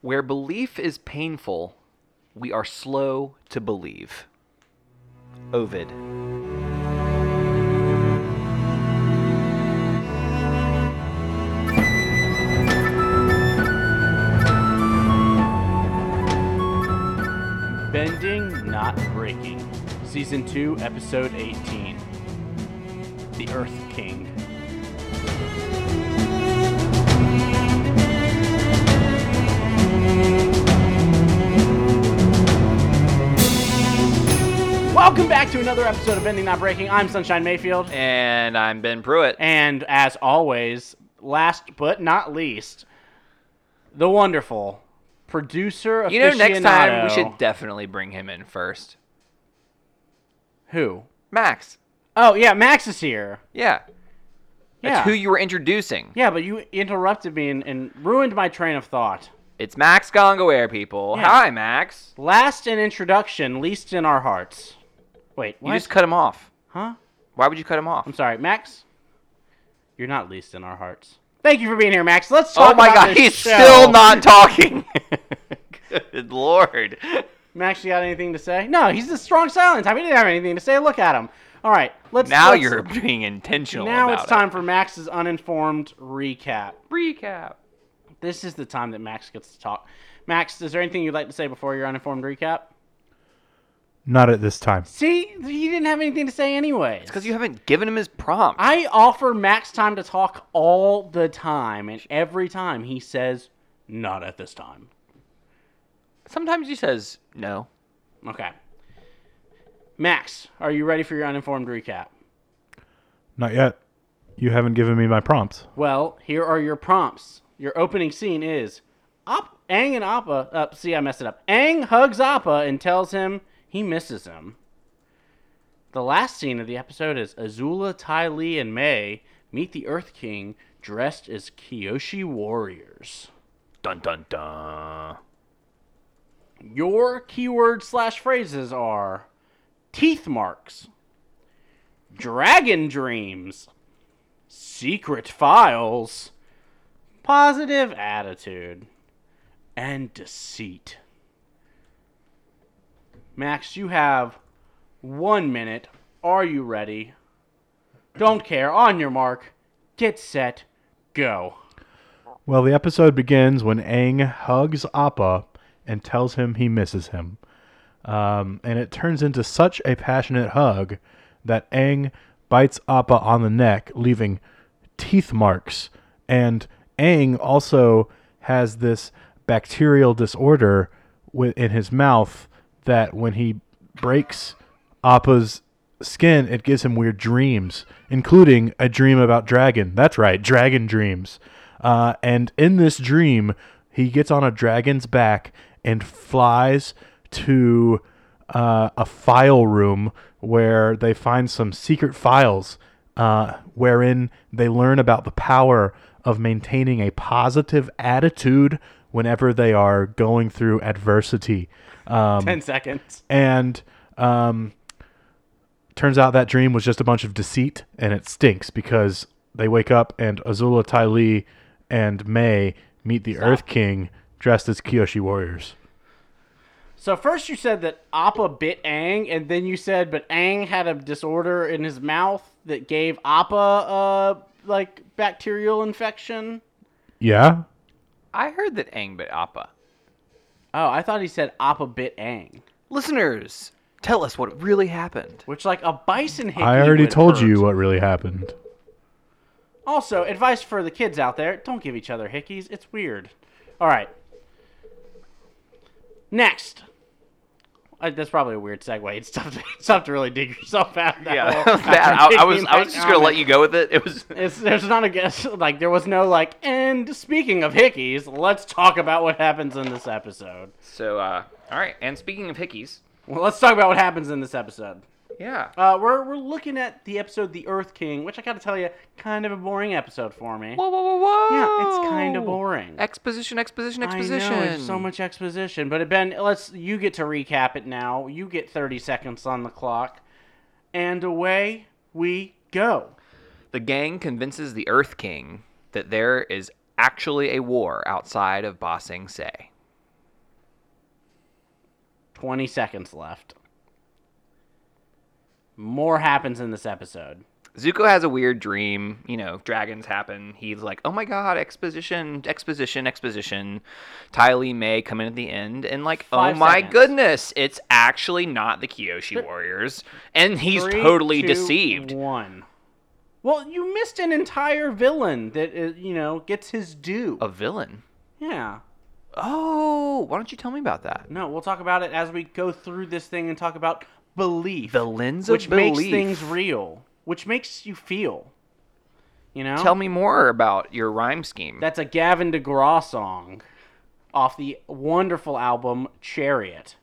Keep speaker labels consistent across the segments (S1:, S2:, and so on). S1: Where belief is painful, we are slow to believe. Ovid.
S2: Bending, Not Breaking, Season 2, Episode 18 The Earth King. Welcome back to another episode of Bending Not Breaking. I'm Sunshine Mayfield.
S1: And I'm Ben Pruitt.
S2: And as always, last but not least, the wonderful producer
S1: you know, next time we
S2: aficionado-
S1: should definitely bring him in first.
S2: Who?
S1: Max.
S2: Oh yeah, Max is here.
S1: Yeah. That's
S2: Yeah.
S1: who you were introducing.
S2: Yeah, but you interrupted me and, and ruined my train of thought.
S1: It's Max Gongoair, people.
S2: Yeah.
S1: Hi, Max.
S2: Last in introduction, least in our hearts. Wait, what?
S1: You just cut him off.
S2: huh?
S1: Why would you cut him off?
S2: I'm sorry, Max. You're not least in our hearts. Thank you for being here, Max. Let's talk.
S1: Oh my
S2: about
S1: god,
S2: this
S1: he's
S2: show.
S1: still not talking. Good lord.
S2: Max, you got anything to say? No, he's a strong silence. I mean, he didn't have anything to say. Look at him. All right, let's.
S1: Now
S2: let's-
S1: you're being intentional.
S2: Now
S1: about
S2: it's time for Max's uninformed recap.
S1: It. Recap.
S2: This is the time that Max gets to talk. Max, is there anything you'd like to say before your uninformed recap?
S3: Not at this time.
S2: See, you didn't have anything to say anyway.
S1: It's because you haven't given him his prompt.
S2: I offer Max time to talk all the time, and every time he says, "Not at this time."
S1: Sometimes he says no.
S2: Okay. Max, are you ready for your uninformed recap?
S3: Not yet. You haven't given me my prompts.
S2: Well, here are your prompts. Your opening scene is Op- Aang and Appa. Uh, see, I messed it up. Aang hugs Appa and tells him he misses him. The last scene of the episode is Azula, Ty Lee, and May meet the Earth King dressed as Kyoshi warriors.
S1: Dun dun dun.
S2: Your keyword slash phrases are teeth marks, dragon dreams, secret files, positive attitude, and deceit. Max, you have one minute. Are you ready? Don't care. On your mark. Get set. Go.
S3: Well, the episode begins when Aang hugs Appa and tells him he misses him. Um, and it turns into such a passionate hug that Aang bites Appa on the neck, leaving teeth marks. And Aang also has this bacterial disorder wi- in his mouth that when he breaks Appa's skin, it gives him weird dreams, including a dream about dragon. That's right, dragon dreams. Uh, and in this dream, he gets on a dragon's back and flies to uh, a file room where they find some secret files uh, wherein they learn about the power of maintaining a positive attitude whenever they are going through adversity. Um,
S2: Ten seconds.
S3: and um, turns out that dream was just a bunch of deceit, and it stinks because they wake up and Azula, Ty Lee, and May meet the Earth King dressed as Kyoshi warriors.
S2: So first you said that Appa bit Aang, and then you said, but Aang had a disorder in his mouth that gave Appa uh like bacterial infection.
S3: Yeah,
S1: I heard that Aang bit Appa.
S2: Oh, I thought he said Appa bit Aang,
S1: Listeners, tell us what really happened.
S2: which like a bison hickey.
S3: I already
S2: would
S3: told
S2: hurt.
S3: you what really happened.
S2: Also, advice for the kids out there: don't give each other hickeys. It's weird. All right. Next. Uh, that's probably a weird segue. It's tough. To, it's tough to really dig yourself out. Of that
S1: Yeah,
S2: hole
S1: that was bad. I, I was I was just gonna
S2: Comment.
S1: let you go with it. It was
S2: It's, there's not a guess. Like there was no like. And speaking of hickeys, let's talk about what happens in this episode.
S1: so. uh All right. And speaking of hickeys,
S2: Well, let's talk about what happens in this episode.
S1: yeah.
S2: Uh, we're we're looking at the episode "The Earth King," which I got to tell you, kind of a boring episode for me.
S1: Whoa, whoa, whoa, whoa!
S2: Yeah, it's kind of boring.
S1: Exposition, exposition,
S2: I
S1: exposition.
S2: know, it's so much exposition. But Ben, let's you get to recap it now. You get 30 seconds on the clock, and away we go.
S1: The gang convinces the Earth King that there is actually a war outside of Ba Sing Se.
S2: 20 seconds left. More happens in this episode.
S1: Zuko has a weird dream. You know, dragons happen. He's like, oh my god, exposition, exposition, exposition. Ty Lee May come in at the end and like,
S2: Five
S1: oh my
S2: seconds.
S1: goodness, it's actually not the Kyoshi Warriors, and he's
S2: Three,
S1: totally
S2: two,
S1: deceived.
S2: One. Well, you missed an entire villain that uh, you know gets his due.
S1: A villain.
S2: Yeah.
S1: Oh, why don't you tell me about that?
S2: No, we'll talk about it as we go through this thing and talk about belief,
S1: The lens of
S2: which
S1: belief.
S2: makes things real, which makes you feel. You know.
S1: Tell me more about your rhyme scheme.
S2: That's a Gavin DeGraw song off the wonderful album Chariot.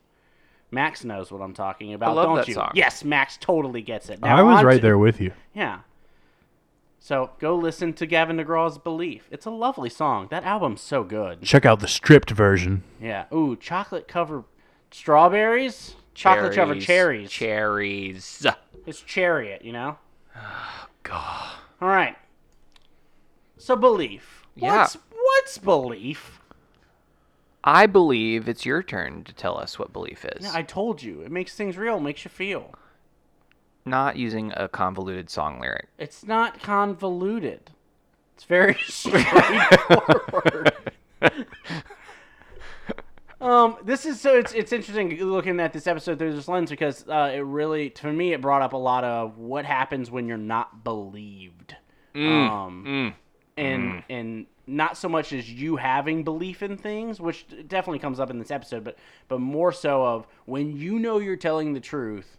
S2: Max knows what I'm talking about,
S1: love
S2: don't
S1: that
S2: you?
S1: song.
S2: Yes, Max totally gets it.
S3: I was
S2: on
S3: right
S2: to-
S3: there with you.
S2: Yeah. So go listen to Gavin DeGraw's Belief. It's a lovely song. That album's so good.
S3: Check out the stripped version.
S2: Yeah. Ooh, chocolate covered strawberries? Chocolate covered cherries.
S1: Cherries.
S2: it's Chariot, you know?
S1: God.
S2: All right. So, Belief.
S1: Yeah.
S2: What's, what's Belief?
S1: I believe it's your turn to tell us what belief is.
S2: Yeah, I told you. It makes things real, makes you feel.
S1: Not using a convoluted song lyric.
S2: It's not convoluted. It's very straightforward. um, this is so it's it's interesting looking at this episode through this lens because uh, it really to me it brought up a lot of what happens when you're not believed.
S1: Mm.
S2: um, and and not so much as you having belief in things, which definitely comes up in this episode, but but more so of when you know you're telling the truth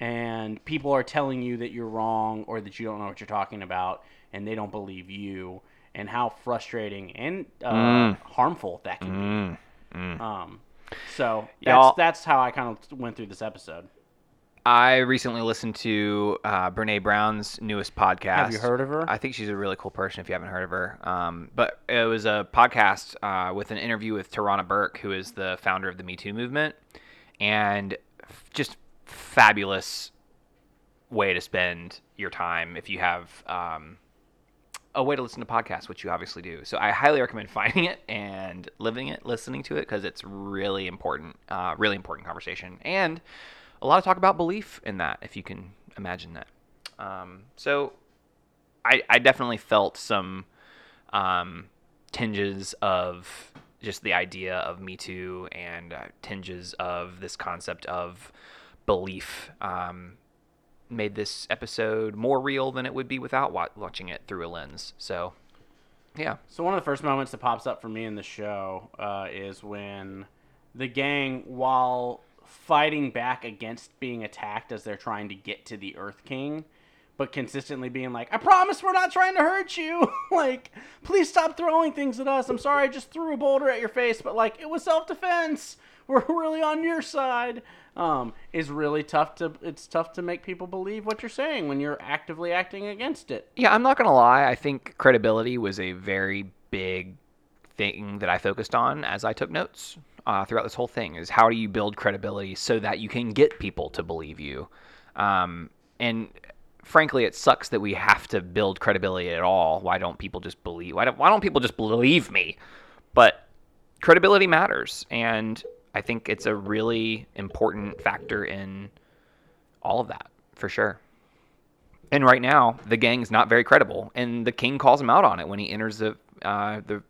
S2: and people are telling you that you're wrong or that you don't know what you're talking about and they don't believe you and how frustrating and uh,
S1: Mm.
S2: harmful that can be. Um, so that's
S1: Y'all-
S2: that's how I kind of went through this episode.
S1: I recently listened to uh, Brene Brown's newest podcast.
S2: Have you heard of her?
S1: I think she's a really cool person if you haven't heard of her. Um, but it was a podcast uh, with an interview with Tarana Burke, who is the founder of the Me Too movement, and f- just fabulous way to spend your time if you have um, a way to listen to podcasts, which you obviously do. So I highly recommend finding it and living it, listening to it, because it's really important, uh, really important conversation, and a lot of talk about belief in that, if you can imagine that. Um, so I, I definitely felt some um, tinges of just the idea of Me Too and uh, tinges of this concept of belief um, made this episode more real than it would be without wa- watching it through a lens. So, yeah.
S2: So one of the first moments that pops up for me in the show uh, is when the gang, while fighting back against being attacked as they're trying to get to the Earth King, but consistently being like, "I promise we're not trying to hurt you. like, please stop throwing things at us. I'm sorry, I just threw a boulder at your face, but like, it was self-defense. We're really on your side." Um, is really tough to. It's tough to make people believe what you're saying when you're actively acting against it.
S1: Yeah, I'm not gonna lie. I think credibility was a very big thing that I focused on as I took notes uh, throughout this whole thing. Is how do you build credibility so that you can get people to believe you? Um, and frankly, it sucks that we have to build credibility at all. Why don't people just believe? Why don't Why don't people just believe me? But credibility matters, and I think it's a really important factor in all of that for sure. And right now, the gang's not very credible, and the king calls him out on it when he enters the uh, the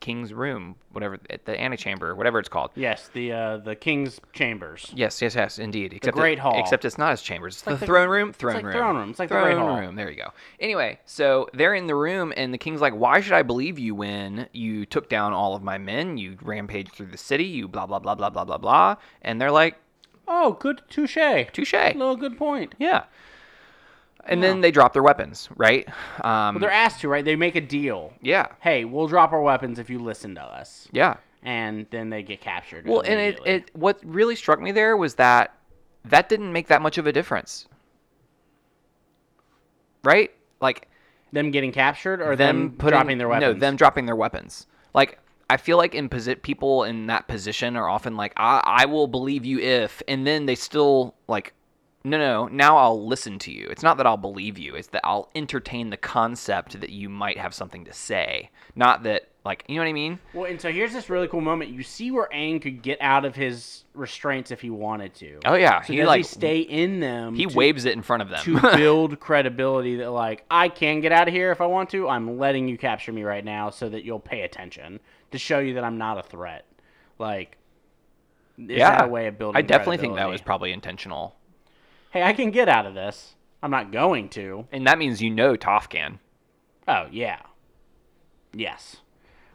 S1: king's room, whatever at the antechamber, whatever it's called.
S2: Yes, the uh, the king's chambers.
S1: Yes, yes, yes, indeed. Except
S2: Great
S1: it-
S2: Hall.
S1: Except it's not his chambers. It's, the,
S2: the-
S1: throne room. Throne
S2: like
S1: room.
S2: throne room. It's like the Great Hall.
S1: room. There you go. Anyway, so they're in the room, and the king's like, "Why should I believe you when you took down all of my men? You rampaged through the city. You blah blah blah blah blah blah blah." And they're like,
S2: Oh, good touche.
S1: "Touche."
S2: No, good point.
S1: Yeah. And then they drop their weapons, right? Um,
S2: They're asked to, right? They make a deal.
S1: yeah,
S2: Hey, we'll drop our weapons if you listen to us.
S1: yeah.
S2: And then they get captured.
S1: Well, and it,
S2: immediately.
S1: it what really struck me there was that that didn't make that much of a difference, right? Like
S2: them getting captured or them,
S1: putting-
S2: dropping their weapons.
S1: No, them dropping their weapons. Like I feel like in posi- people in that position are often like, I, I will believe you if, and then they still like, no, no, now I'll listen to you. It's not that I'll believe you; it's that I'll entertain the concept that you might have something to say, not that Like, you know what I mean?
S2: Well, and so here's this really cool moment. You see where Aang could get out of his restraints if he wanted to.
S1: Oh yeah,
S2: so
S1: he
S2: does
S1: like
S2: he stay in them?
S1: he
S2: to-
S1: waves it in front of them.
S2: to build credibility that like I can get out of here if I want to. I'm letting you capture me right now so that you'll pay attention to show you that I'm not a threat. Like, is that a way of building?
S1: I definitely think that was
S2: credibility?
S1: probably intentional,
S2: hey, I can get out of this. I'm not going to.
S1: and that means you know Toph can.
S2: Oh yeah, yes.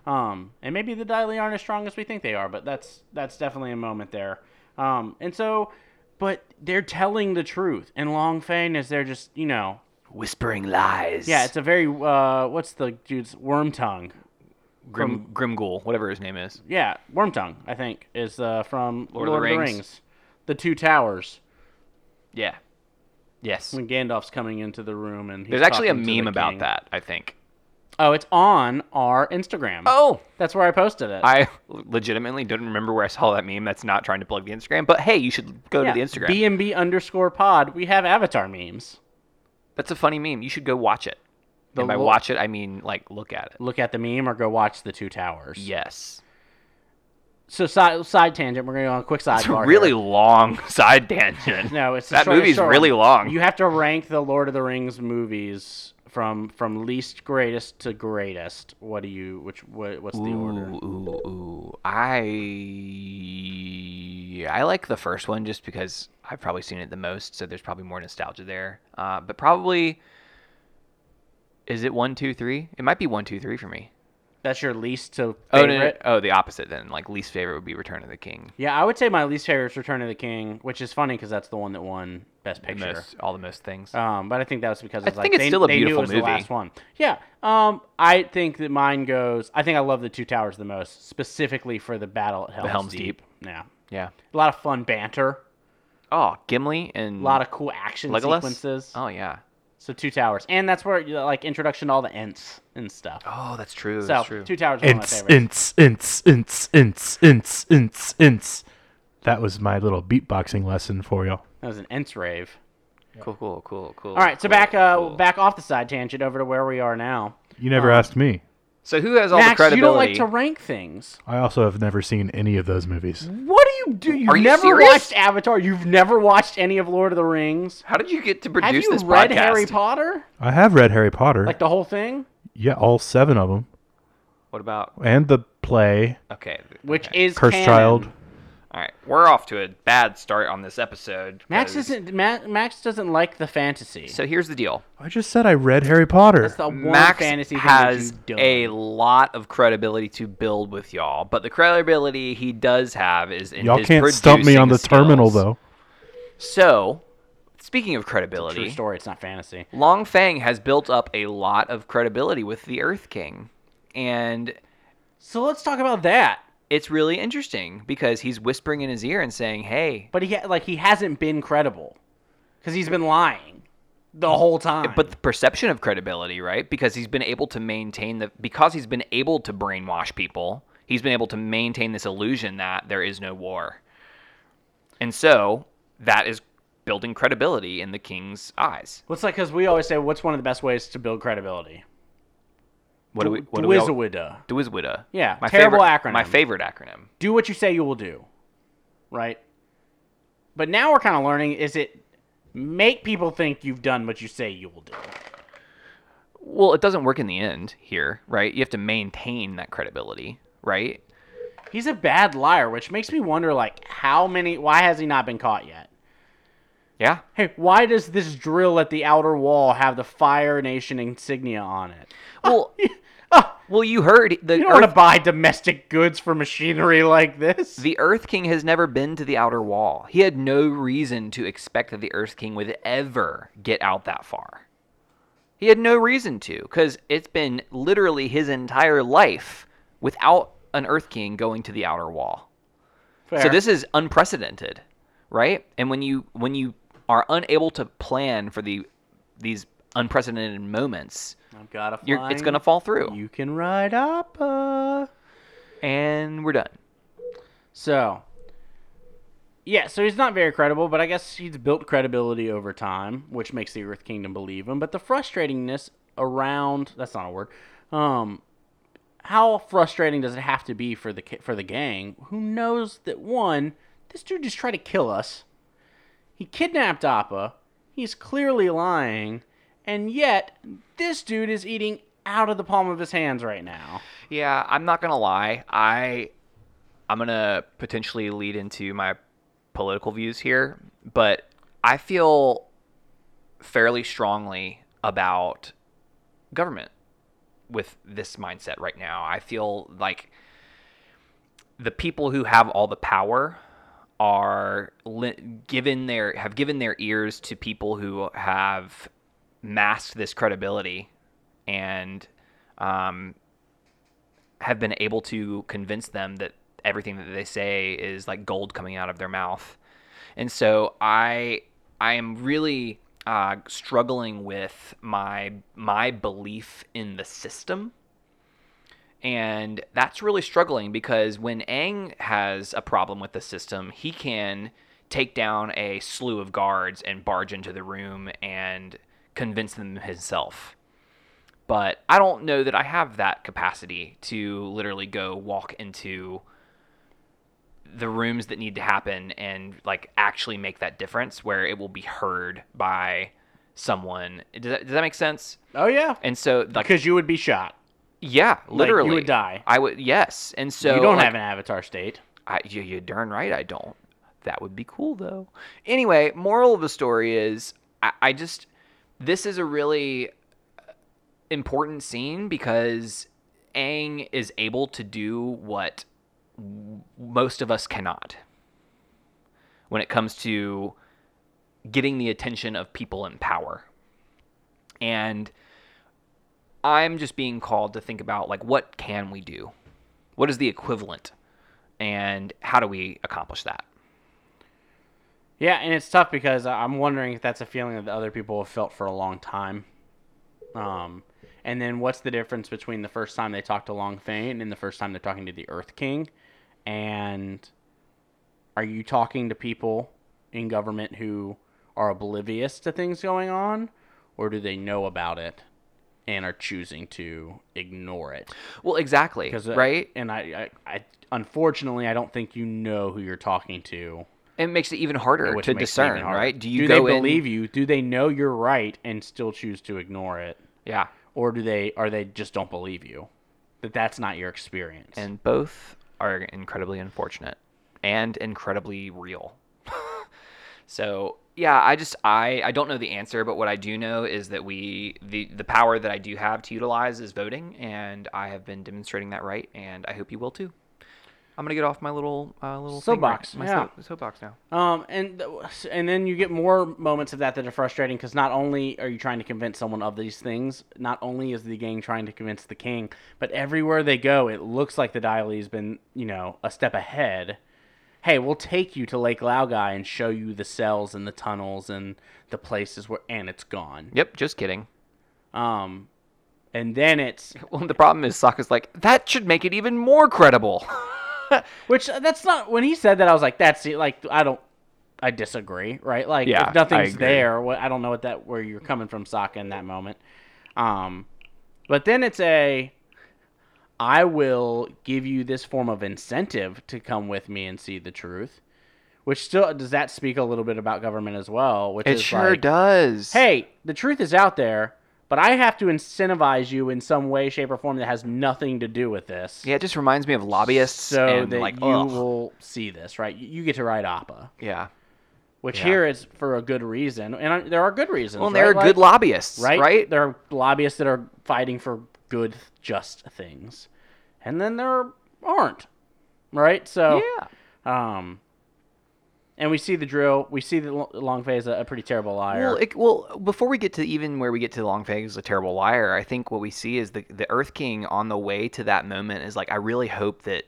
S2: Um, and maybe the Daily aren't as strong as we think they are, but that's that's definitely a moment there. Um, and so, but they're telling the truth, and Long Fang is they're just you know
S1: Whispering lies.
S2: yeah, it's a very uh, what's the dude's worm tongue.
S1: Grim Grimghoul, whatever his name is.
S2: Yeah, Wormtongue, I think, is uh, from Lord,
S1: of the
S2: of the Rings.
S1: Rings.
S2: The Two Towers.
S1: Yeah. Yes.
S2: When Gandalf's coming into the room and he's
S1: There's actually a
S2: talking to the
S1: meme about
S2: king.
S1: that. I think.
S2: Oh, it's on our Instagram.
S1: Oh.
S2: That's where I posted it.
S1: I legitimately don't remember where I saw that meme. That's not trying to plug the Instagram, but hey, you should go
S2: yeah,
S1: to the Instagram.
S2: B&B underscore pod. We have avatar memes.
S1: That's a funny meme. You should go watch it.
S2: The
S1: and by
S2: lo-
S1: watch it, I mean like look at it.
S2: Look at the meme or go watch The Two Towers.
S1: Yes.
S2: So, side, side tangent. We're going to go on a quick
S1: It's a
S2: sidebar.
S1: really
S2: here.
S1: long side tangent.
S2: No, it's a
S1: that
S2: short-
S1: movie's
S2: short
S1: really
S2: one.
S1: long.
S2: You have to rank the Lord of the Rings movies from from least greatest to greatest. What do you which what, what's the order?
S1: Ooh, ooh, ooh. I I like the first one just because I've probably seen it the most, so there's probably more nostalgia there. Uh, but probably is it one, two, three? It might be one, two, three for me.
S2: That's your least to favorite.
S1: Oh, no, no, no. oh, the opposite then. Like least favorite would be Return of the King.
S2: Yeah, I would say my least favorite is Return of the King, which is funny because that's the one that won Best
S1: The
S2: Picture.
S1: most, all the most things.
S2: Um, but I think that was because
S1: I
S2: it's like
S1: think it's
S2: they,
S1: still a
S2: they knew it
S1: beautiful
S2: was the
S1: movie.
S2: last one. Yeah. Um, I think that mine goes. I think I love the Two Towers the most, specifically for the battle at Helm's,
S1: Helm's
S2: Deep. Yeah,
S1: yeah.
S2: a lot of fun banter,
S1: Oh, Gimli and
S2: a lot of cool action
S1: Legolas.
S2: sequences.
S1: Oh yeah.
S2: So Two Towers, and that's where you know, like introduction to all the Ents and stuff.
S1: Oh, that's true.
S2: so
S1: that's true.
S2: Two Towers is one of my
S3: Ints,
S2: favorites.
S3: ints, ints, ints, ints, ints, ints, ints. That was my little beatboxing lesson for you.
S2: That was an Ents rave.
S1: Cool, cool, cool, cool.
S2: All right, so
S1: cool,
S2: back uh,
S1: cool.
S2: back off the side tangent over to where we are now.
S3: You never asked me.
S1: So who has all
S2: Max,
S1: the credibility?
S2: you don't like to rank things.
S3: I also have never seen any of those movies.
S2: What do you do? You've
S1: you
S2: never
S1: serious?
S2: watched Avatar. You've never watched any of Lord of the Rings.
S1: How did you get to
S2: Have
S1: produce
S2: you
S1: this
S2: read
S1: podcast?
S2: Harry Potter?
S3: I have read Harry Potter.
S2: Like the whole thing,
S3: yeah, all seven of them,
S1: What about
S3: and the play
S1: okay? th-
S2: which
S1: okay.
S2: is
S3: Cursed
S2: canon.
S3: Child.
S1: all right. We're off to a bad start on this episode.
S2: Max
S1: 'cause-
S2: isn't. Ma- Max doesn't like the fantasy.
S1: So here's the deal.
S3: I just said I read Harry Potter.
S2: That's the one
S1: Max
S2: fantasy
S1: has
S2: thing that
S1: a
S2: you
S1: lot of credibility to build with y'all, but the credibility he does have is in
S3: Y'all
S1: his
S3: can't stump me
S1: producing
S3: on the terminal
S1: skills.
S3: though.
S1: So, speaking of
S2: don't. True
S1: credibility,
S2: story. It's not fantasy.
S1: Long Fang has built up a lot of credibility with the Earth King, and
S2: So let's talk about that.
S1: it's really interesting because he's whispering in his ear and saying, "Hey,
S2: But he ha- like he hasn't been credible because he's been lying the whole time.
S1: but the perception of credibility, right? Because he's been able to maintain the because he's been able to brainwash people, he's been able to maintain this illusion that there is no war. And so that is building credibility in the king's eyes.
S2: What's like because we always say what's one of the best ways to build credibility?
S1: What do we what do we all,
S2: Dwizzawida.
S1: Dwizwida.
S2: Yeah, terrible
S1: favorite,
S2: acronym.
S1: My favorite acronym.
S2: Do what you say you will do, right? But now we're kind of learning: is it make people think you've done what you say you will do?
S1: Well, it doesn't work in the end here, right? You have to maintain that credibility, right?
S2: He's a bad liar, which makes me wonder: like, how many? Why has he not been caught yet?
S1: Yeah.
S2: Hey, why does this drill at the outer wall have the Fire Nation insignia on it?
S1: Well,
S2: Oh,
S1: well, you heard the
S2: you don't
S1: Earth-
S2: want to buy domestic goods for machinery like this.
S1: The Earth King has never been to the outer wall. He had no reason to expect that the Earth King would ever get out that far. He had no reason to, because it's been literally his entire life without an Earth King going to the outer wall. So
S2: Fair.
S1: this is unprecedented, right? And when you when you are unable to plan for the these unprecedented moments,
S2: I've got a
S1: you're, it's
S2: flying-
S1: gonna fall through,
S2: You can ride up. Uh...
S1: and we're done.
S2: So, yeah, so he's not very credible, but I guess he's built credibility over time, which makes the Earth Kingdom believe him. But the frustratingness around that's not a word. Um, how frustrating does it have to be for the ki- for the gang who knows that one this dude just tried to kill us he kidnapped appa he's clearly lying and yet this dude is eating out of the palm of his hands right now
S1: Yeah, I'm not gonna lie. I I'm gonna potentially lead into my political views here, but I feel fairly strongly about government with this mindset right now. I feel like the people who have all the power are li- given their have given their ears to people who have masked this credibility and um, have been able to convince them that everything that they say is like gold coming out of their mouth. And so I I am really uh, struggling with my my belief in the system. And that's really struggling because when Aang has a problem with the system, he can take down a slew of guards and barge into the room and convince them himself but I don't know that I have that capacity to literally go walk into the rooms that need to happen and like actually make that difference where it will be heard by someone. Does that, does that make sense?
S2: oh yeah
S1: And so like
S2: because you would be shot
S1: yeah, literally
S2: would die.
S1: I would yes. And so
S2: you don't
S1: like,
S2: have an avatar state
S1: I, you, you're darn right I don't. That would be cool, though. Anyway, moral of the story is I, I just, this is a really uh, important scene because Aang is able to do what w- most of us cannot when it comes to getting the attention of people in power. And I'm just being called to think about like what can we do? What is the equivalent? and how do we accomplish that?
S2: Yeah, and it's tough because I- I'm wondering if that's a feeling that other people have felt for a long time. Um, and then what's the difference between the first time they talked to Long Thane and the first time they're talking to the Earth King? And are you talking to people in government who are oblivious to things going on, or do they know about it and are choosing to ignore it?
S1: Well, exactly,
S2: 'Cause, uh,
S1: right?
S2: And I, I, I, unfortunately, I don't think you know who you're talking to
S1: It makes it even harder
S2: which
S1: to
S2: makes it
S1: discern,
S2: even harder.
S1: right? Do you
S2: they
S1: go in-
S2: believe you? Do they know you're right and still choose to ignore it,
S1: Yeah,
S2: or do they are they just don't believe you that that's not your experience?
S1: and both are incredibly unfortunate and incredibly real. so yeah, I just I I don't know the answer, but what I do know is that we the the power that I do have to utilize is voting, and I have been demonstrating that right, and I hope you will too. I'm gonna get off my little uh, little thing right-
S2: Soapbox,
S1: my
S2: yeah.
S1: soap- soapbox now.
S2: um, and th- and then you get more moments of that that are frustrating because not only are you trying to convince someone of these things, not only is the gang trying to convince the king, but everywhere they go, it looks like the Daily's been you know a step ahead. hey, we'll take you to Lake Laogai and show you the cells and the tunnels and the places where, and it's gone.
S1: Yep, just kidding.
S2: Um, and then it's
S1: Well, the problem is Sokka's like that should make it even more credible.
S2: which uh, that's not when he said that I was like that's it. like I don't I disagree right like
S1: Yeah, I
S2: if nothing's
S1: agree.
S2: there what I don't know what that where you're coming from Sokka in that moment. Um, but then it's a I will give you this form of incentive to come with me and see the truth. Which still does that speak a little bit about government as well? Which
S1: It
S2: is
S1: sure
S2: like,
S1: does.
S2: hey, the truth is out there, but I have to incentivize you in some way, shape, or form that has nothing to do with this.
S1: Yeah, it just reminds me of lobbyists
S2: So
S1: and
S2: that
S1: like,
S2: you
S1: ugh.
S2: will see this, right? You you get to ride Appa,
S1: yeah.
S2: which
S1: Yeah.
S2: here is for a good reason, and I, there are good reasons.
S1: Well, and
S2: right?
S1: they're
S2: Like-
S1: good lobbyists, right? Right?
S2: There are lobbyists that are fighting for good, just things, and then there aren't, right? So,
S1: Yeah.
S2: um, and we see the drill. We see that Lo- Longfei is a, a pretty terrible liar.
S1: Well, it, well, before we get to even where we get to Longfang is a terrible liar, I think what we see is the the Earth King on the way to that moment is like, I really hope that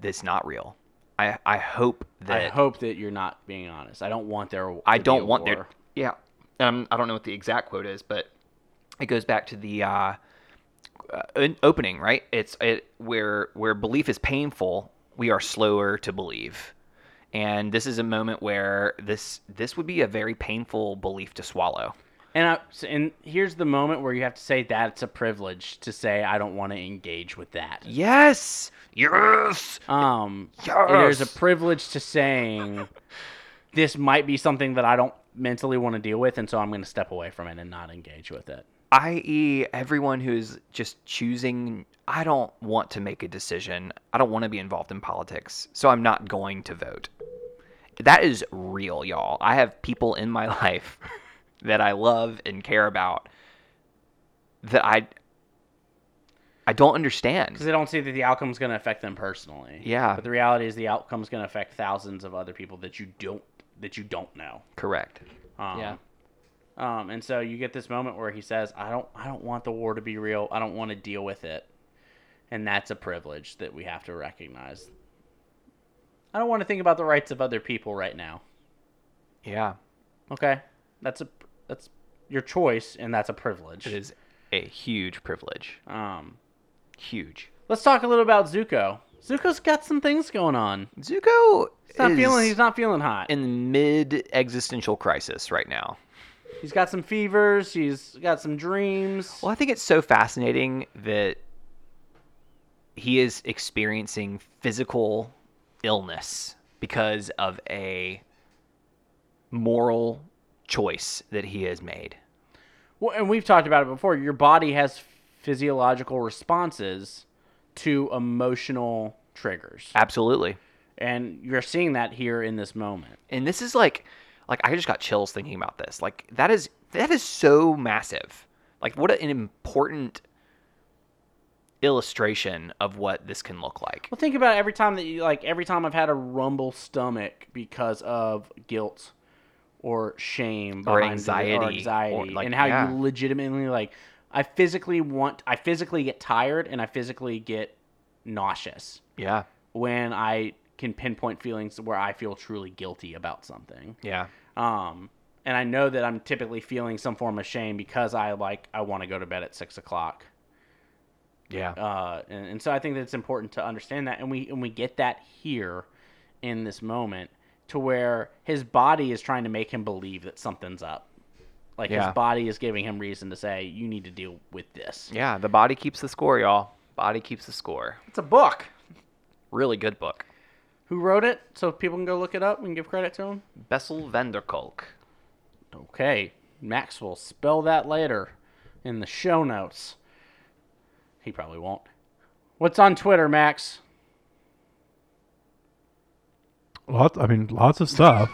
S1: that's not real. I I hope that
S2: I hope that you're not being honest. I don't want there.
S1: I
S2: to be a
S1: don't want
S2: war.
S1: there. Yeah, um, I don't know what the exact quote is, but it goes back to the uh, uh, an opening, right? It's it where where belief is painful, we are slower to believe, and this is a moment where this this would be a very painful belief to swallow.
S2: And I, so- and here's the moment where you have to say that's a privilege to say I don't want to engage with that.
S1: Yes. Yes.
S2: Um,
S1: Yes.
S2: there's a privilege to saying this might be something that I don't mentally want to deal with, and so I'm going to step away from it and not engage with it.
S1: i.e., E, everyone who's just choosing, I don't want to make a decision. I don't want to be involved in politics, so I'm not going to vote. That is real, y'all. I have people in my life that I love and care about that I I don't
S2: because
S1: understand.
S2: they don't see that the outcome's going to affect them personally.
S1: Yeah.
S2: But the reality is the outcome's going to affect thousands of other people that you don't that you don't know.
S1: Correct.
S2: Um,
S1: Yeah.
S2: Um, and so you get this moment where he says, "I don't, I don't want the war to be real. I don't want to deal with it," and that's a privilege that we have to recognize. I don't want to think about the rights of other people right now.
S1: Yeah.
S2: Okay, that's a that's your choice, and that's a privilege.
S1: It is a huge privilege.
S2: Um,
S1: Huge.
S2: let's talk a little about Zuko. Zuko's got some things going on.
S1: Zuko
S2: He's not
S1: is
S2: feeling. He's not feeling hot.
S1: in mid existential crisis right now.
S2: He's got some fevers. He's got some dreams.
S1: Well, I think it's so fascinating that he is experiencing physical illness because of a moral choice that he has made.
S2: Well, and we've talked about it before. Your body has physiological responses to emotional triggers,
S1: Absolutely.
S2: and you're seeing that here in this moment.
S1: And this is like like I just got chills thinking about this. Like that is that is so massive. Like what an important illustration of what this can look like.
S2: Well, think about it every time that you like every time I've had a rumble stomach because of guilt or shame
S1: Or
S2: behind the- or
S1: anxiety,
S2: anxiety,
S1: or, like,
S2: and how
S1: yeah.
S2: you legitimately like. I physically want. I physically get tired, and I physically get nauseous.
S1: Yeah.
S2: when I can pinpoint feelings where I feel truly guilty about something.
S1: Yeah.
S2: Um, and I know that I'm typically feeling some form of shame because I like I want to go to bed at six o'clock.
S1: Yeah.
S2: Uh, and, and so I think that it's important to understand that, and we and we get that here in this moment to where his body is trying to make him believe that something's up. Like
S1: Yeah.
S2: his body is giving him reason to say, "You need to deal with this."
S1: Yeah, the body keeps the score, y'all. Body keeps the score.
S2: It's a book.
S1: Really good book.
S2: Who wrote it? So people can go look it up and give credit to him.
S1: Bessel van der Kolk.
S2: Okay, Max will spell that later in the show notes. He probably won't. What's on Twitter, Max?
S3: Lots, I mean, lots of stuff.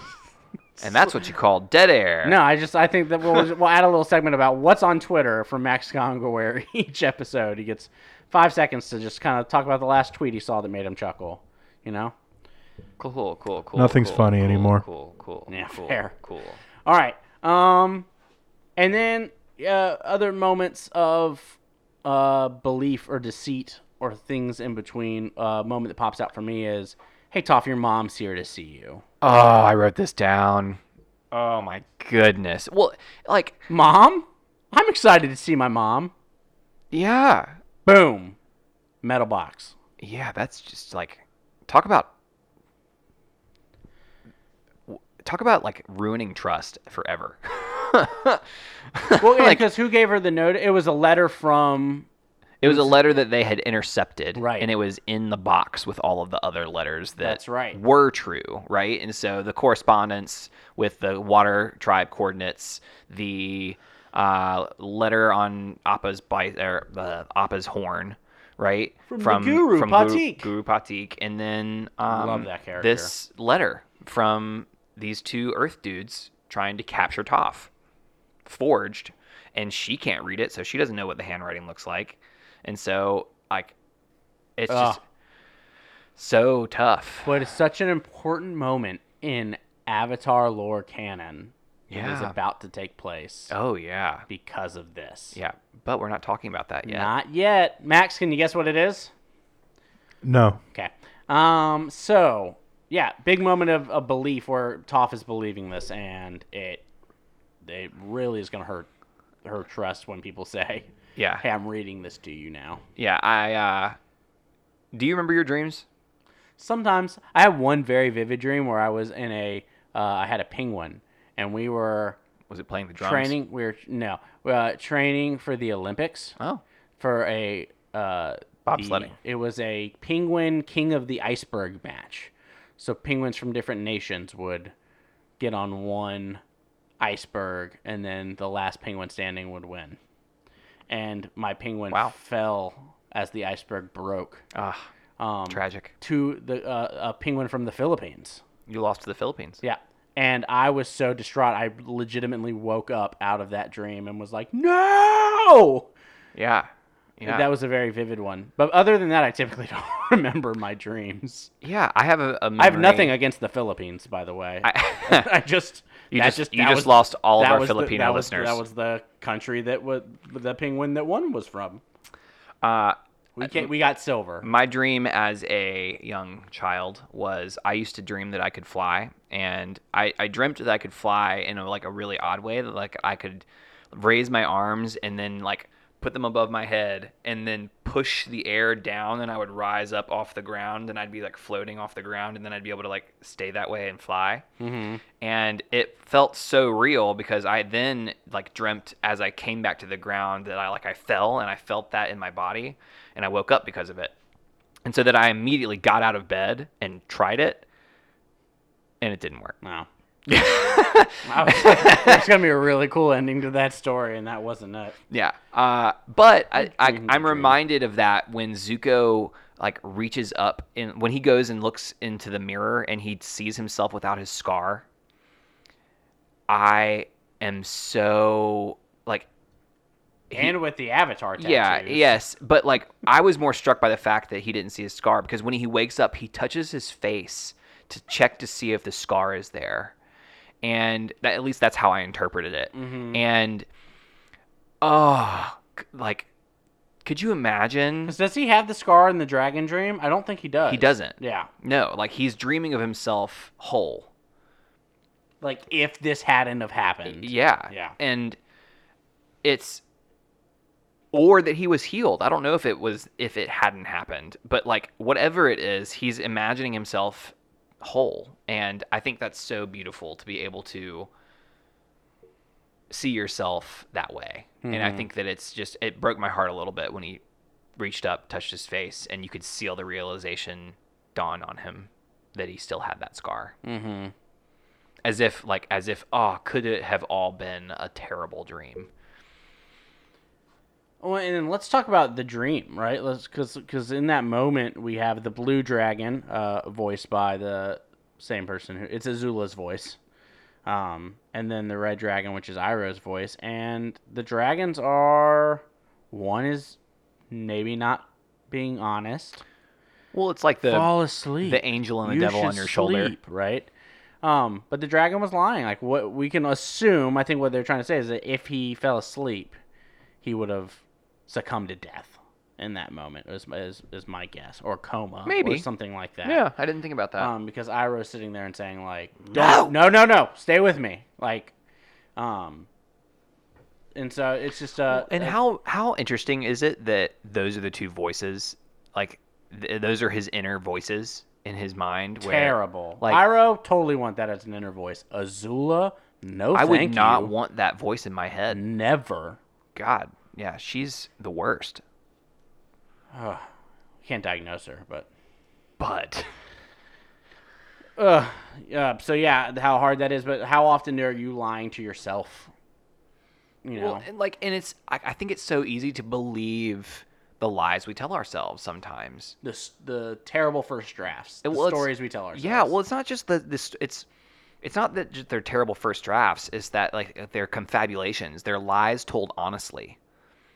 S1: And that's what you call dead air.
S2: No, I just I think that we'll we'll add a little segment about what's on Twitter for Max Congo, where each episode he gets five seconds to just kind of talk about the last tweet he saw that made him chuckle. You know.
S1: Cool, cool, cool.
S3: Nothing's
S1: cool,
S3: funny
S1: cool,
S3: anymore.
S1: Cool, cool.
S2: Yeah,
S1: cool,
S2: fair.
S1: Cool.
S2: All right. Um, and then uh, other moments of uh, belief or deceit or things in between. A uh, moment that pops out for me is, "Hey, Toph, your mom's here to see you."
S1: Oh, I wrote this down. Oh my goodness. Well, like,
S2: Mom, I'm excited to see my mom.
S1: yeah,
S2: Boom, metal box.
S1: yeah. That's just like, talk about, w- talk about like ruining trust forever.
S2: Well, yeah,
S1: Like-
S2: because who gave her the note? It was a letter from.
S1: It was a letter that they had intercepted,
S2: Right.
S1: And it was in the box with all of the other letters that
S2: That's right.
S1: were true, right? And so the correspondence with the water tribe coordinates, the uh, letter on Appa's bi- or uh, Appa's horn, right?
S2: From the Guru
S1: from Guru-
S2: Patik.
S1: Guru, Patik, and then um,
S2: Love that character.
S1: This letter from these two Earth dudes trying to capture Toph forged and she can't read it so she doesn't know what the handwriting looks like and so like it's
S2: Ugh.
S1: just so tough
S2: But it's such an important moment in Avatar lore canon. That is
S1: Yeah.
S2: about to take place
S1: oh yeah
S2: because of this.
S1: yeah but we're not talking about that yet
S2: Not yet. Max, can you guess what it is?
S3: no.
S2: Okay. Um, so yeah, big moment of, of belief where Toph is believing this and it it really is gonna hurt her trust when people say,
S1: yeah
S2: Hey, I'm reading this to you now.
S1: yeah i uh do you remember your dreams
S2: Sometimes I had one very vivid dream where I was in a uh, I had a penguin and we were
S1: was it playing the drums?
S2: Training. We were no uh, training for the Olympics
S1: Oh,
S2: for a uh,
S1: Bobsledding.
S2: the- It was a penguin king of the iceberg match. So penguins from different nations would get on one iceberg, and then the last penguin standing would win. And my penguin
S1: Wow.
S2: fell as the iceberg broke
S1: ah,
S2: um,
S1: tragic.
S2: to the uh, a penguin from the Philippines.
S1: You lost to the Philippines.
S2: Yeah. And I was so distraught. I legitimately woke up out of that dream and was like, "No!"
S1: Yeah, yeah.
S2: That was a very vivid one. But other than that, I typically don't remember my dreams.
S1: yeah, I have a, a memory.
S2: I have nothing against the Philippines, by the way. I,
S1: I,
S2: just
S1: You
S2: that
S1: just- you
S2: that
S1: just lost all of
S2: that
S1: our
S2: was the-
S1: Filipino
S2: that was-
S1: listeners.
S2: that was the country that was the penguin that one was from.
S1: uh,
S2: We can't, we got silver.
S1: my dream as a young child was I used to dream that I could fly, and I, I dreamt that I could fly in a, like a really odd way that like I could raise my arms and then like put them above my head and then push the air down and I would rise up off the ground and I'd be like floating off the ground and then I'd be able to like stay that way and fly and it felt so real because I then like dreamt as I came back to the ground that I like I fell and I felt that in my body and I woke up because of it. And so that I immediately got out of bed and tried it and it didn't work.
S2: No. I was, there's gonna be a really cool ending to that story, and that wasn't it.
S1: Yeah. Uh, but I, I,
S2: dream, good
S1: I'm
S2: dream.
S1: reminded of that when Zuko like reaches up and when he goes and looks into the mirror and he sees himself without his scar. I am so like
S2: And with the Avatar tattoos.
S1: Yeah, yes, but like I was more struck by the fact that he didn't see his scar because when he wakes up, he touches his face to check to see if the scar is there, and that, at least that's how I interpreted it.
S2: Mm-hmm.
S1: And oh, c- like, could you imagine?
S2: 'Cause Does he have the scar in the Dragon Dream? I don't think he does.
S1: He doesn't.
S2: Yeah.
S1: No, like he's dreaming of himself whole.
S2: Like if this hadn't have happened.
S1: Yeah.
S2: Yeah.
S1: And it's or that he was healed. I don't know if it was if it hadn't happened, but like whatever it is, he's imagining himself whole. And I think that's so beautiful to be able to see yourself that way. And I think that it's just it broke my heart a little bit when he reached up, touched his face, and you could see all the realization dawn on him that he still had that scar as if like as if oh could it have all been a terrible dream
S2: Well, and then let's talk about the dream, right? Let's because because in that moment we have the blue dragon, uh, voiced by the same person who it's Azula's voice, um, and then the red dragon, which is Iroh's voice, and the dragons are one is maybe not being honest,
S1: well it's like the
S2: fall asleep,
S1: the angel and the
S2: You
S1: devil on
S2: should
S1: your shoulder
S2: sleep, right? Um, but the dragon was lying. Like what we can assume, I think what they're trying to say is that if he fell asleep, he would have succumbed to death in that moment. Is is, is my guess or coma, or
S1: Maybe.
S2: something like that.
S1: yeah i didn't think about that
S2: Um, because Iroh's sitting there and saying like, "Don't, no, no, no, stay with me." Like, um, and so it's just uh,
S1: and
S2: uh,
S1: how how interesting is it that those are the two voices like th- those are his inner voices in his mind where
S2: terrible.
S1: like-
S2: Iroh totally want that as an inner voice. Azula, no,
S1: i
S2: thank
S1: would not
S2: you.
S1: want that voice in my head
S2: never.
S1: god yeah she's the worst
S2: can't diagnose her, but
S1: but
S2: Ugh. yeah. uh, So yeah, how hard that is. But how often are you lying to yourself? You know,
S1: Well, and like, and it's, I, I think it's so easy to believe the lies we tell ourselves sometimes.
S2: the s- the terrible first drafts, the
S1: well, it's-
S2: stories we tell ourselves.
S1: Yeah, well, it's not just the this. It's it's not that just they're terrible first drafts. It's that like they're confabulations. They're lies told honestly.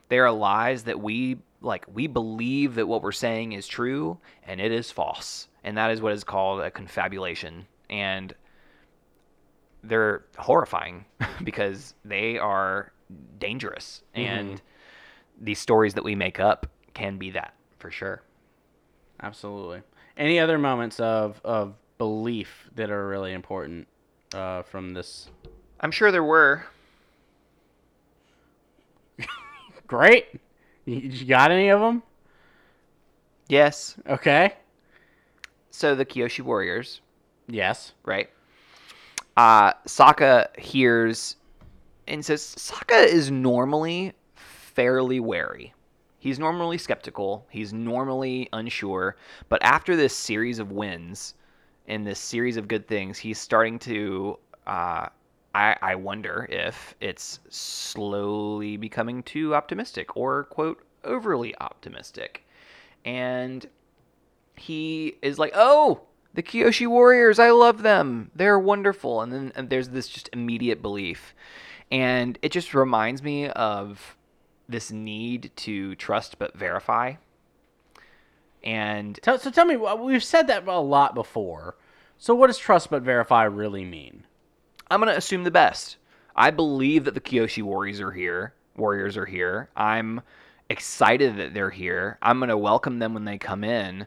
S1: They are lies that we like. We believe that what we're saying is true, and it is false. And that is what is called a confabulation. And they're horrifying because they are dangerous. And these stories that we make up can be that for sure.
S2: absolutely. Any other moments of of belief that are really important uh, from this?
S1: I'm sure there were.
S2: Great. You, you got any of them?
S1: Yes.
S2: Okay.
S1: so the Kyoshi warriors,
S2: Yes.
S1: right? Uh, Sokka hears and says Sokka is normally fairly wary. He's normally skeptical. He's normally unsure. But after this series of wins and this series of good things, he's starting to. Uh, I, I wonder if it's slowly becoming too optimistic or, quote, overly optimistic. And he is like, oh, the Kyoshi Warriors, I love them. They're wonderful. And then and there's this just immediate belief. And it just reminds me of this need to trust but verify. And
S2: Tell, so tell me, wh- we've said that a lot before. So what does trust but verify really mean?
S1: I'm gonna assume the best. I believe that the Kyoshi Warriors are here. Warriors are here. I'm excited that they're here. I'm gonna welcome them when they come in.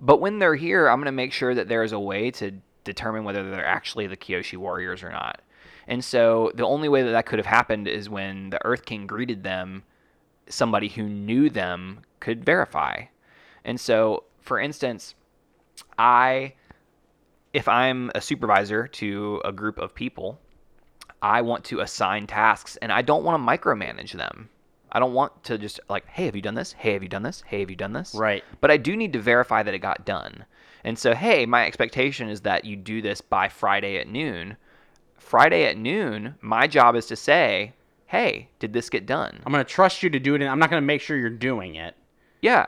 S1: But when they're here, I'm gonna make sure that there is a way to determine whether they're actually the Kyoshi Warriors or not. And so the only way that that could have happened is when the Earth King greeted them, somebody who knew them could verify. And so, for instance, I if I'm a supervisor to a group of people, I want to assign tasks and I don't want to micromanage them. I don't want to just like, hey, have you done this? Hey, have you done this? Hey, have you done this?
S2: Right.
S1: But I do need to verify that it got done. And so, hey, my expectation is that you do this by Friday at noon. Friday at noon, my job is to say, hey, did this get done?
S2: I'm going to trust you to do it, and I'm not going to make sure you're doing it.
S1: Yeah.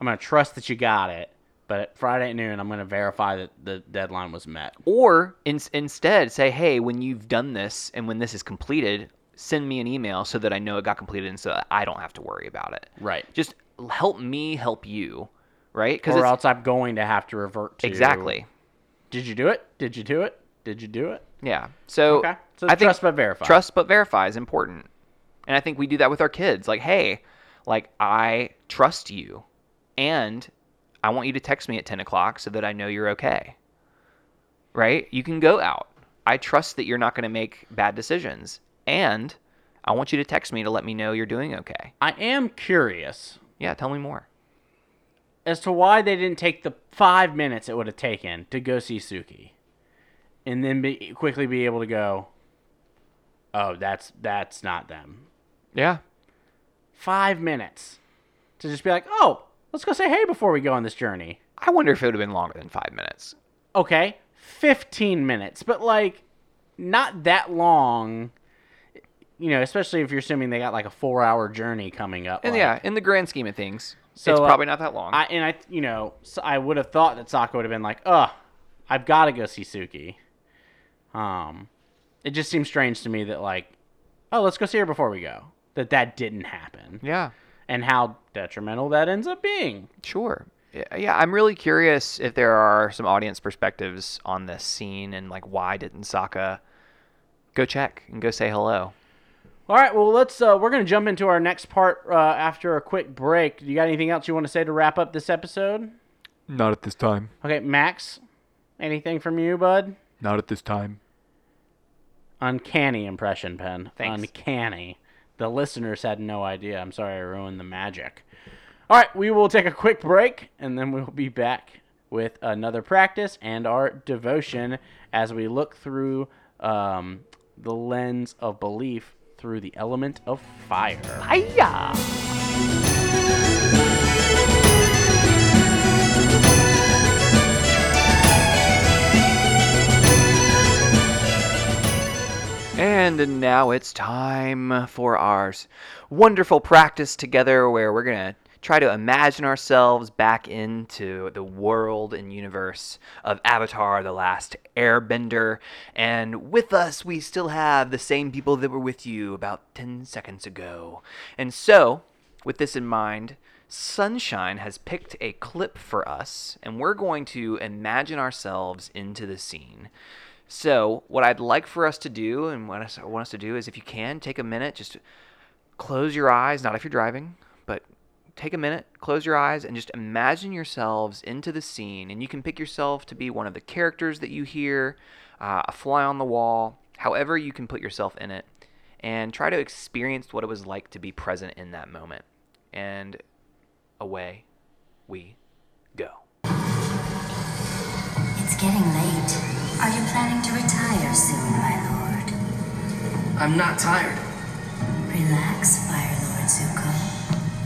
S2: I'm going to trust that you got it. But at Friday at noon, I'm going to verify that the deadline was met.
S1: or in, instead say hey when you've done this and when this is completed send me an email so that i know it got completed and so that i don't have to worry about it
S2: Right.
S1: just l- help me help you right
S2: Or
S1: it's-
S2: else I'm going to have to revert to
S1: exactly
S2: Did you do it? Did you do it? Did you do it?
S1: yeah so,
S2: Okay. So
S1: i think
S2: trust but verify.
S1: trust but verify is important and i think we do that with our kids like hey like i trust you and i want you to text me at 10 o'clock so that i know you're okay right you can go out i trust that you're not going to make bad decisions and i want you to text me to let me know you're doing okay
S2: I am curious
S1: yeah tell me more
S2: as to why they didn't take the five minutes it would have taken to go see Suki, and then be, quickly be able to go. Oh, that's that's not them.
S1: yeah
S2: Five minutes to just be like, oh, let's go say hey before we go on this journey.
S1: i wonder if it would have been longer than five minutes
S2: Okay, fifteen minutes, but like, not that long. You know, especially if you're assuming they got like a four-hour journey coming up.
S1: and
S2: like-
S1: yeah in the grand scheme of things
S2: So,
S1: it's
S2: uh,
S1: probably not that long
S2: I and I you know so I would have thought that Sokka would have been like, ugh, I've got to go see Suki. Um, it just seems strange to me that like, oh, let's go see her before we go. That that didn't happen,
S1: yeah
S2: and how detrimental that ends up being.
S1: Sure. Yeah, yeah, I'm really curious if there are some audience perspectives on this scene and like why didn't Sokka go check and go say hello?
S2: All right, well let's uh, we're gonna jump into our next part uh, after a quick break. You got anything else you want to say to wrap up this episode?
S3: Not at this time.
S2: Okay, Max, anything from you, bud?
S3: Not at this time.
S2: uncanny impression pen.
S1: Thanks.
S2: Uncanny. The listeners had no idea. I'm sorry I ruined the magic. All right, we will take a quick break and then we'll be back with another practice and our devotion as we look through um, the lens of belief through the element of fire.
S1: Hiya! And now it's time for our s- wonderful practice together where we're going to try to imagine ourselves back into the world and universe of Avatar The Last Airbender. And with us, we still have the same people that were with you about 10 seconds ago. And so, with this in mind, Sunshine has picked a clip for us, and we're going to imagine ourselves into the scene. So, what I'd like for us to do, and what I s- I want us to do, is if you can, take a minute, just close your eyes, not if you're driving, but take a minute, close your eyes, and just imagine yourselves into the scene. And you can pick yourself to be one of the characters that you hear, uh, a fly on the wall, however, you can put yourself in it, and try to experience what it was like to be present in that moment. And away we go.
S4: It's getting late. Are you planning to retire soon, my lord? I'm not tired.
S5: Relax, Fire Lord Zuko.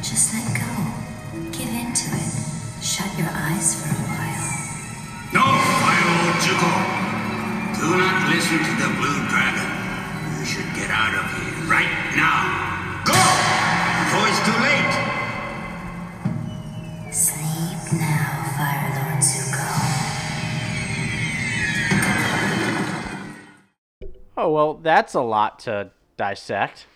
S5: Just let go. Give in to it. Shut your eyes for a while.
S6: No, Fire Lord Zuko. Do not listen to the Blue Dragon. You should get out of here right now. Go! Before it's too late.
S5: Sleep now, Fire Lord Zuko.
S2: Oh well, that's a lot to dissect.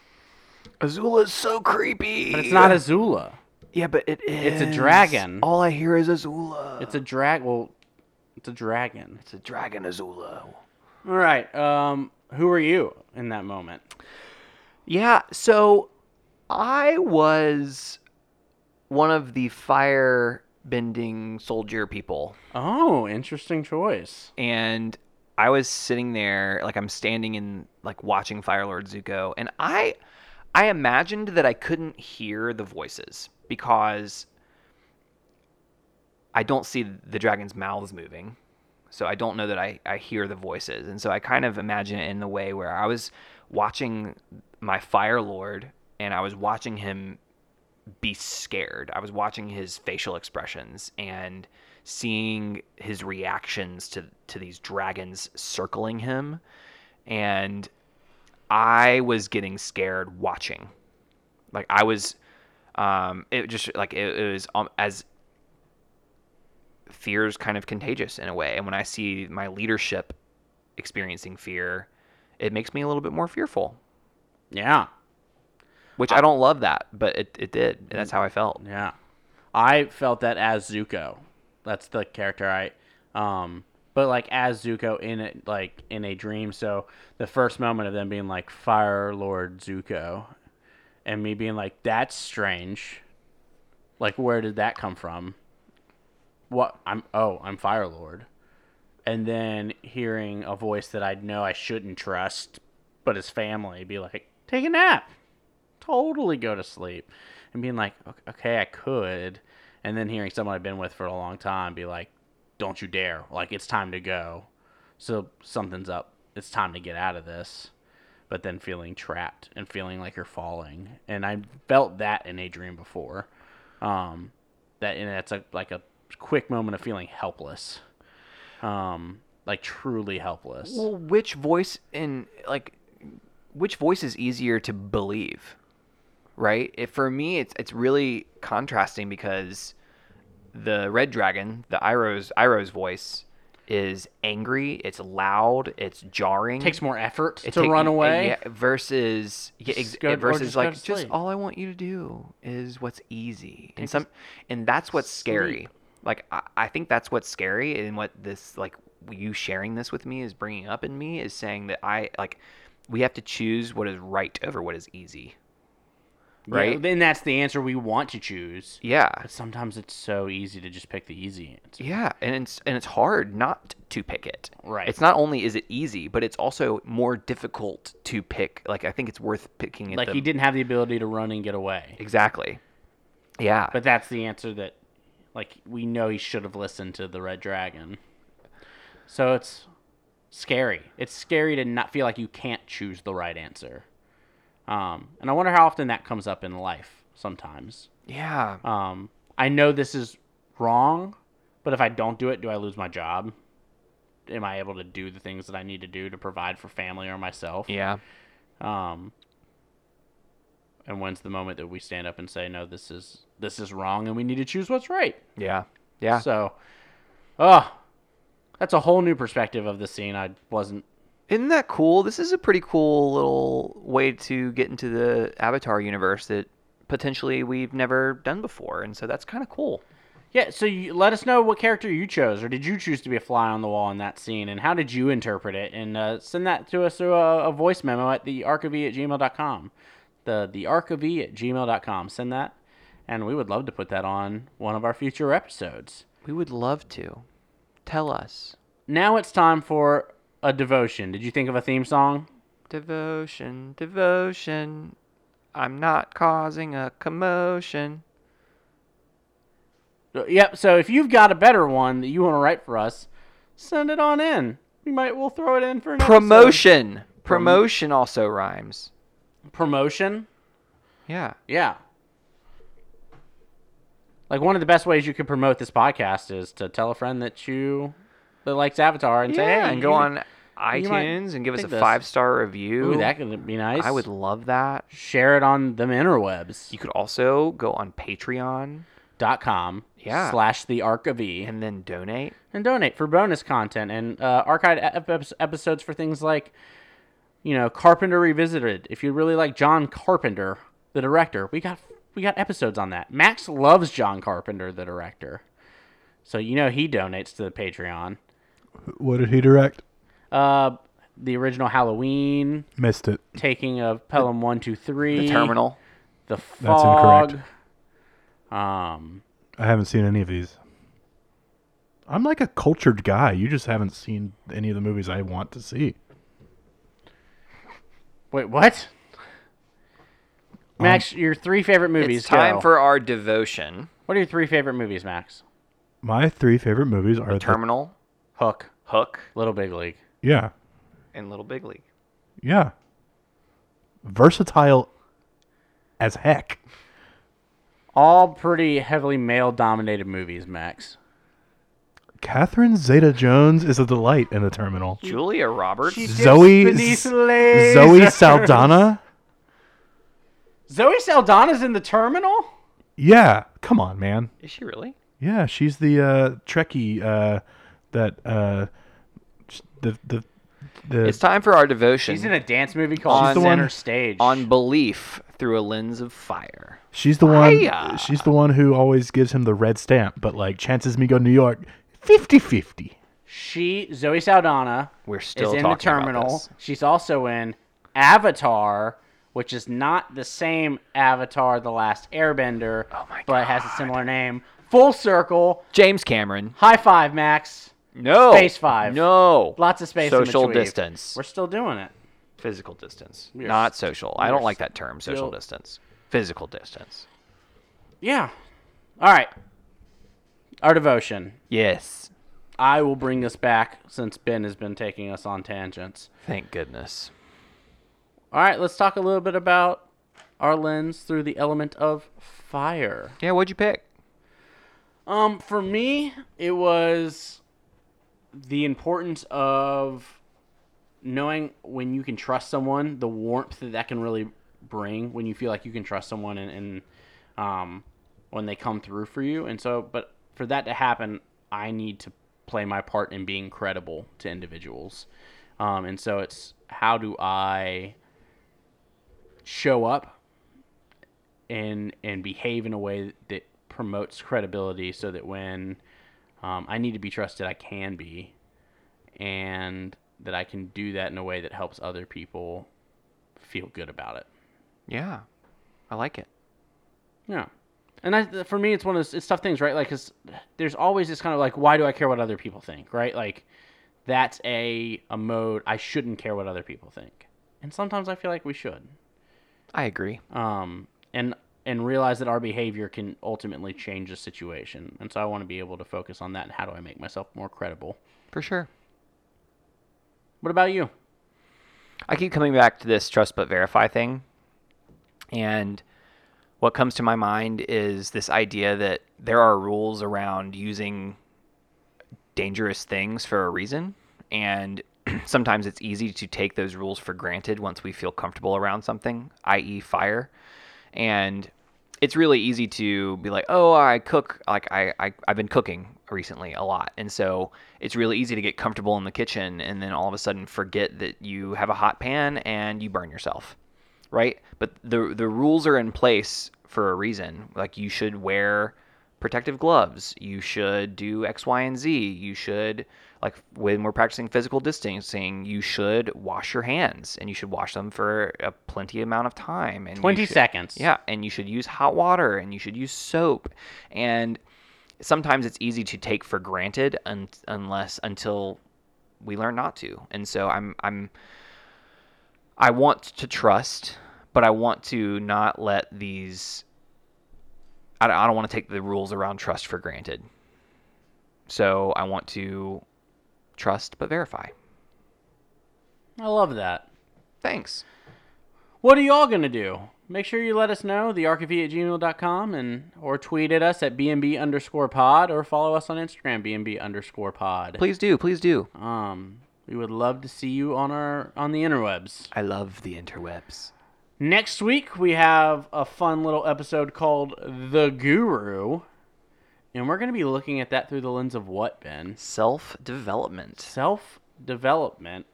S1: Azula's so creepy.
S2: But it's not Azula.
S1: Yeah, but it is.
S2: It's a dragon.
S1: All I hear is Azula.
S2: It's a drag. Well, it's a dragon.
S1: It's a dragon Azula.
S2: All right. Um, who are you in that moment?
S1: Yeah, so I was one of the fire bending soldier people
S2: Oh, interesting choice.
S1: and I was sitting there, like I'm standing in, like watching Fire Lord Zuko, and I, I imagined that I couldn't hear the voices because I don't see the dragon's mouths moving, so I don't know that I I hear the voices, and so I kind of imagine it in the way where I was watching my Fire Lord, and I was watching him be scared. I was watching his facial expressions and seeing his reactions to to these dragons circling him and I was getting scared watching. Like I was um it just like it, it was um, as fear's kind of contagious in a way and when I see my leadership experiencing fear, it makes me a little bit more fearful,
S2: Yeah.
S1: which I don't love that, but it it did. And that's how I felt.
S2: Yeah. I felt that as Zuko. That's the character I um but like as Zuko in it like in a dream. So the first moment of them being like Fire Lord Zuko and me being like that's strange. Like where did that come from? What I'm oh, I'm Fire Lord. And then hearing a voice that I know I shouldn't trust, but his family be like, "Take a nap." totally go to sleep and being like "Ok- okay i could and then hearing someone i've been with for a long time be like don't you dare like it's time to go so something's up it's time to get out of this but then feeling trapped and feeling like you're falling and i felt that in a dream before um that and that's a, like a quick moment of feeling helpless um like truly helpless
S1: Well, which voice in like which voice is easier to believe? Right? If for me it's it's really contrasting because the red dragon, the Iroh's Iroh's voice is angry, it's loud, it's jarring.
S2: takes more effort
S1: It
S2: to
S1: take-
S2: run
S1: and
S2: away
S1: yeah, versus yeah,
S2: Just
S1: ex- eh,
S2: go- or
S1: versus
S2: just go
S1: like
S2: to
S1: just
S2: sleep.
S1: all I want you to do is what's easy and some and that's what's scary. Like I, I think that's what's scary and what this like you sharing this with me is bringing up in me is saying that I like we have to choose what is right over what is easy.
S2: Yeah,
S1: right?
S2: then that's the answer we want to choose
S1: Yeah.
S2: But sometimes it's so easy to just pick the easy answer.
S1: Yeah, and it's and it's hard not to pick it.
S2: Right.
S1: It's not only is it easy, but it's also more difficult to pick. Like I think it's worth picking it
S2: Like
S1: the-
S2: he didn't have the ability to run and get away.
S1: Exactly. Yeah.
S2: But that's the answer that like we know he should have listened to the red dragon. So it's scary. It's scary to not feel like you can't choose the right answer. Um, and I wonder how often that comes up in life sometimes.
S1: Yeah.
S2: Um, I know this is wrong, but if I don't do it, do I lose my job? Am I able to do the things that I need to do to provide for family or myself?
S1: yeah.
S2: Um, and when's the moment that we stand up and say, "No, this is this is wrong, and we need to choose what's right"?
S1: Yeah. Yeah.
S2: So, oh, that's a whole new perspective of the scene. I wasn't.
S1: Isn't that cool? This is a pretty cool little way to get into the Avatar universe that potentially we've never done before. And so that's kind of cool.
S2: Yeah. So you, let us know what character you chose, or did you choose to be a fly on the wall in that scene, and how did you interpret it? And uh, send that to us through a, a voice memo at the archive at gmail.com. The the archive at gmail.com. Send that, and we would love to put that on one of our future episodes.
S1: We would love to. Tell us.
S2: Now it's time for a devotion. Did you think of a theme song?
S1: Devotion, devotion. I'm not causing a commotion.
S2: Uh, Yep. So if you've got a better one that you want to write for us, send it on in. We might we'll throw it in for an episode.
S1: Promotion. Promotion also rhymes.
S2: Promotion?
S1: Yeah.
S2: Yeah. Like one of the best ways you could promote this podcast is to tell a friend that you that likes Avatar and say,
S1: yeah,
S2: "Hey,
S1: and
S2: you
S1: go
S2: need-
S1: on
S2: you might
S1: iTunes and give us a
S2: dig this.
S1: five star review.
S2: Ooh, that could be nice.
S1: I would love that.
S2: share it on the interwebs.
S1: You could also go on Patreon
S2: dot com
S1: Yeah.
S2: slash the arc of e and,
S1: and then donate.
S2: donate for bonus content and uh, archive ep- ep- episodes for things like you know carpenter revisited if you really like john carpenter the director we got we got episodes on that max loves john carpenter the director so you know he donates to the patreon
S3: What did he direct?
S2: uh the original halloween
S3: Missed it.
S2: taking of pelham 123
S1: The terminal.
S2: the
S3: That's
S2: fog
S3: incorrect.
S2: um
S3: I haven't seen any of these. I'm like a cultured guy. You just haven't seen any of the movies I want to see.
S2: wait what Max, your three favorite movies.
S1: Um, It's time
S2: go.
S1: for our devotion.
S2: What are your three favorite movies, Max?
S3: My three favorite movies are the
S1: Terminal,
S2: Hook,
S1: Hook,
S2: Little Big League.
S3: yeah,
S1: and Little Big League.
S3: yeah, versatile as heck.
S2: All pretty heavily male dominated movies, Max.
S3: Catherine Zeta-Jones is a delight in the Terminal.
S1: Julia Roberts.
S3: Zoe
S2: beneath
S3: S- Zoe
S2: lasers.
S3: Saldana.
S2: Zoe Saldana's in the terminal?
S3: Yeah, come on, man.
S1: Is she really?
S3: Yeah, she's the uh, Trekkie uh, that uh, sh- the the the
S1: It's time for our devotion.
S2: She's in a dance movie called
S1: She's the
S2: Center
S3: one-
S2: Stage.
S1: on belief through a lens of fire.
S3: she's the one
S1: Hiya.
S3: she's the one who always gives him the red stamp, but like chances me go to New York 50-50.
S2: she Zoe Saldana
S1: We're still
S2: is in the
S1: talking about
S2: terminal.
S1: this.
S2: She's also in Avatar, which is not the same Avatar the Last Airbender, oh
S1: my
S2: but has a similar name. Full circle.
S1: James Cameron.
S2: High five, Max.
S1: No.
S2: Space five.
S1: No.
S2: Lots of space. in
S1: Social
S2: between.
S1: distance.
S2: We're still doing it.
S1: Physical distance.
S2: We are
S1: Not
S2: st-
S1: social. I don't
S2: are
S1: like that term, social
S2: still-
S1: distance. Physical distance.
S2: Yeah. All right. Our devotion.
S1: Yes.
S2: I will bring this back since Ben has been taking us on tangents.
S1: Thank goodness.
S2: All right, let's talk a little bit about our lens through the element of fire.
S1: Yeah, what'd you pick?
S2: Um, for me, it was the importance of knowing when you can trust someone, the warmth that that can really bring when you feel like you can trust someone and, and um, when they come through for you. And so, but for that to happen, I need to play my part in being credible to individuals. Um, and so it's how do I show up and and behave in a way that promotes credibility so that when um, I need to be trusted, I can be, and that I can do that in a way that helps other people feel good about it.
S1: Yeah. I like it.
S2: Yeah. And I, for me, it's one of those, it's tough things, right? Like, 'cause there's always this kind of like, why do I care what other people think, right? Like, that's a a mode I shouldn't care what other people think, and sometimes I feel like we should.
S1: I agree.
S2: um, and and realize that our behavior can ultimately change the situation. And so I want to be able to focus on that. And how do I make myself more credible?
S1: For sure.
S2: What about you?
S1: I keep coming back to this trust but verify thing. And what comes to my mind is this idea that there are rules around using dangerous things for a reason. And sometimes it's easy to take those rules for granted once we feel comfortable around something, i.e., fire. And it's really easy to be like, oh, I cook, like I, I, I've been cooking recently a lot. And so it's really easy to get comfortable in the kitchen and then all of a sudden forget that you have a hot pan and you burn yourself right? But the the rules are in place for a reason. Like you should wear protective gloves. You should do X, Y, and Z. You should like when we're practicing physical distancing, you should wash your hands and you should wash them for a plenty amount of time. And you
S2: 20
S1: should-
S2: seconds.
S1: Yeah, and you should use hot water and you should use soap and sometimes it's easy to take for granted un- unless until we learn not to. And so I'm I'm I want to trust, but I want to not let these. I don't, I don't want to take the rules around trust for granted. So I want to trust but verify.
S2: I love that.
S1: Thanks.
S2: What are y'all going to do? Make sure you let us know, thearchiv at gmail.com, and, or tweet at us at bnb underscore pod, or follow us on Instagram, bnb underscore pod.
S1: Please do. Please do.
S2: Um, we would love to see you on our on the interwebs.
S1: I love the interwebs.
S2: Next week we have a fun little episode called The Guru. And we're going to be looking at that through the lens of what, Ben?
S1: Self development.
S2: Self development,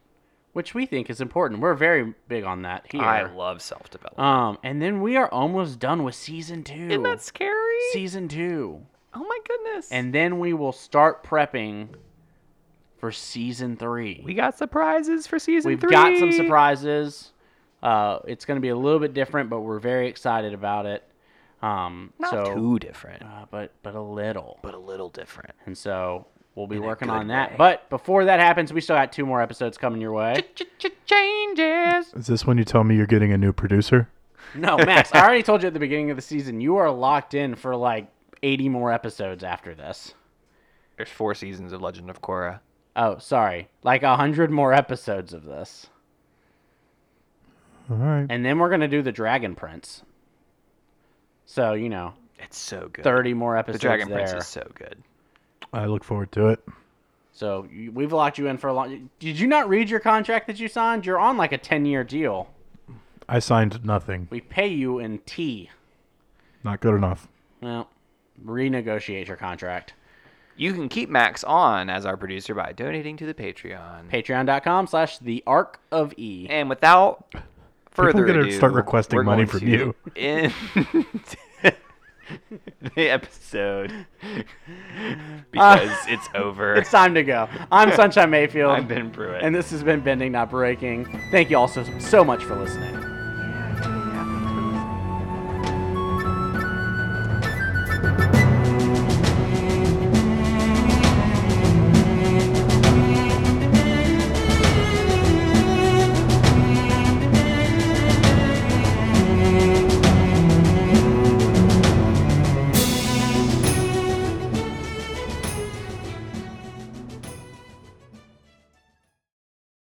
S2: which we think is important. We're very big on that here.
S1: I love self development.
S2: um, and then we are almost done with season two.
S1: Isn't that scary?
S2: season two.
S1: oh my goodness.
S2: And then we will start prepping for season three.
S1: we got surprises for season
S2: We've
S1: three.
S2: got some surprises. Uh, it's going to be a little bit different, but we're very excited about it. Um,
S1: Not
S2: so,
S1: too different,
S2: uh, but but a little.
S1: but a little different.
S2: And so we'll be
S1: In a
S2: working
S1: good
S2: on that.
S1: way.
S2: But before that happens, we still got two more episodes coming your way.
S1: Changes.
S3: Is this when you tell me you're getting a new producer?
S2: No, Max, I already told you at the beginning of the season, you are locked in for like 80 more episodes after this.
S1: There's four seasons of Legend of Korra.
S2: Oh, sorry. Like 100 more episodes of this.
S3: All right.
S2: And then we're going to do the Dragon Prince. So, you know,
S1: It's so good.
S2: 30 more
S1: The
S2: episodes
S1: Dragon
S2: there.
S1: Prince is so good.
S3: I look forward to it.
S2: So you, we've locked you in for a long. Did you not read your contract that you signed? You're on like a ten-year deal.
S3: I signed nothing.
S2: We pay you in T.
S3: Not good enough.
S2: Well, renegotiate your contract.
S1: You can keep Max on as our producer by donating to the Patreon.
S2: Patreon.com slash the Arc of E.
S1: And without further
S3: gonna
S1: ado,
S3: start requesting
S1: we're
S3: money
S1: going
S3: from
S1: to
S3: you.
S1: End the episode because it's over.
S2: It's time to go. I'm Sunshine Mayfield.
S1: I'm Ben Pruitt.
S2: And this has been Bending Not Breaking. Thank you all so, so much for listening.